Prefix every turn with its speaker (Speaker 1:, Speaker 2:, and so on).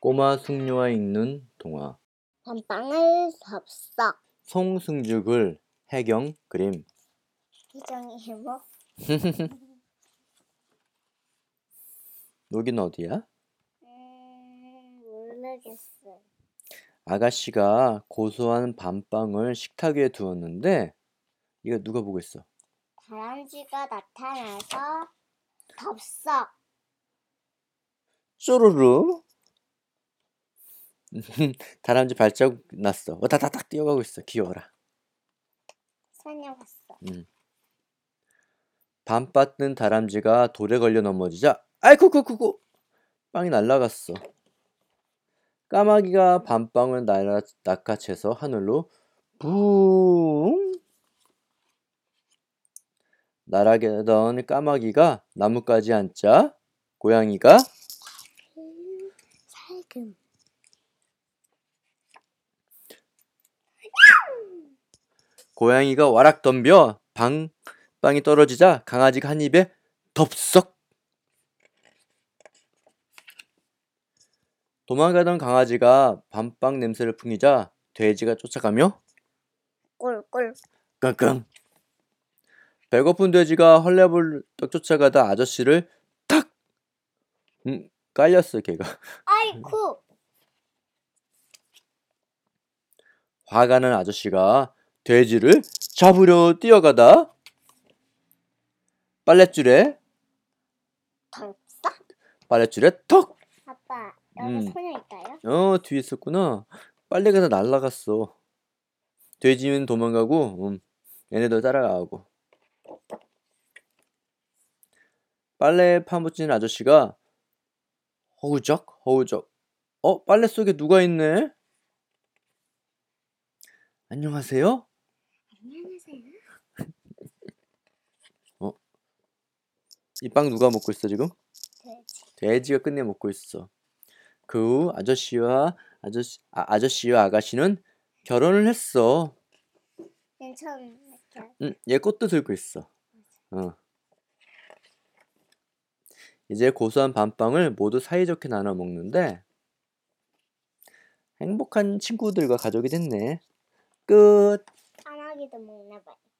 Speaker 1: 꼬마 숙녀와 읽는 동화
Speaker 2: 단방을 덥석
Speaker 1: 송승주 글 해경 그림
Speaker 2: 희정이 해머
Speaker 1: 여긴 어디야?
Speaker 2: 음, 모르겠어요
Speaker 1: 아가씨가 고소한 밤빵을 식탁 위에 두었는데 이거 누가 보고 있어?
Speaker 2: 다람쥐가 나타나서 덥석
Speaker 1: 쪼르르 다람쥐 발자국 났어 와다다닥 뛰어가고 있어 귀여워라
Speaker 2: 사냥했어
Speaker 1: 밤바 뜬 다람쥐가 돌에 걸려 넘어지자 아이쿠쿠쿠쿠 빵이 날아갔어. 까마귀가 밤빵을 날아, 낚아채서 하늘로 붕 날아가던 까마귀가 나뭇가지 앉자 고양이가
Speaker 2: 살금
Speaker 1: 고양이가 와락 덤벼 방 빵이 떨어지자 강아지가 한 입에 덥석 도망가던 강아지가 밤빵 냄새를 풍기자 돼지가 쫓아가며
Speaker 2: 꿀꿀
Speaker 1: 끙끙 배고픈 돼지가 헐레벌떡 쫓아가다 아저씨를 탁 음, 깔렸어 걔가
Speaker 2: 아이쿠
Speaker 1: 화가 난 아저씨가 돼지를 잡으려 뛰어가다 빨랫줄에
Speaker 2: 덥석
Speaker 1: 빨랫줄에 턱
Speaker 2: 아빠
Speaker 1: 음.
Speaker 2: 여기 소녀 있다요?
Speaker 1: 어, 뒤에 있었구나. 빨래가 다 날라갔어. 돼지는 도망가고, 음, 얘네들 따라가고. 빨래에 파묻힌 아저씨가 허우적, 허우적. 어, 빨래 속에 누가 있네? 안녕하세요?
Speaker 2: 안녕하세요
Speaker 1: 이 빵 누가 먹고 있어, 지금?
Speaker 2: 돼지
Speaker 1: 돼지가 끝내 먹고 있어. 그 후 아저씨와 아저씨, 아, 아저씨와 아가씨는 결혼을 했어.
Speaker 2: 네, 괜찮은 느낌
Speaker 1: 응, 얘 꽃도 들고 있어. 어. 이제 고소한 밤빵을 모두 사이좋게 나눠 먹는데 행복한 친구들과 가족이 됐네. 끝.
Speaker 2: 까마귀도 먹나봐요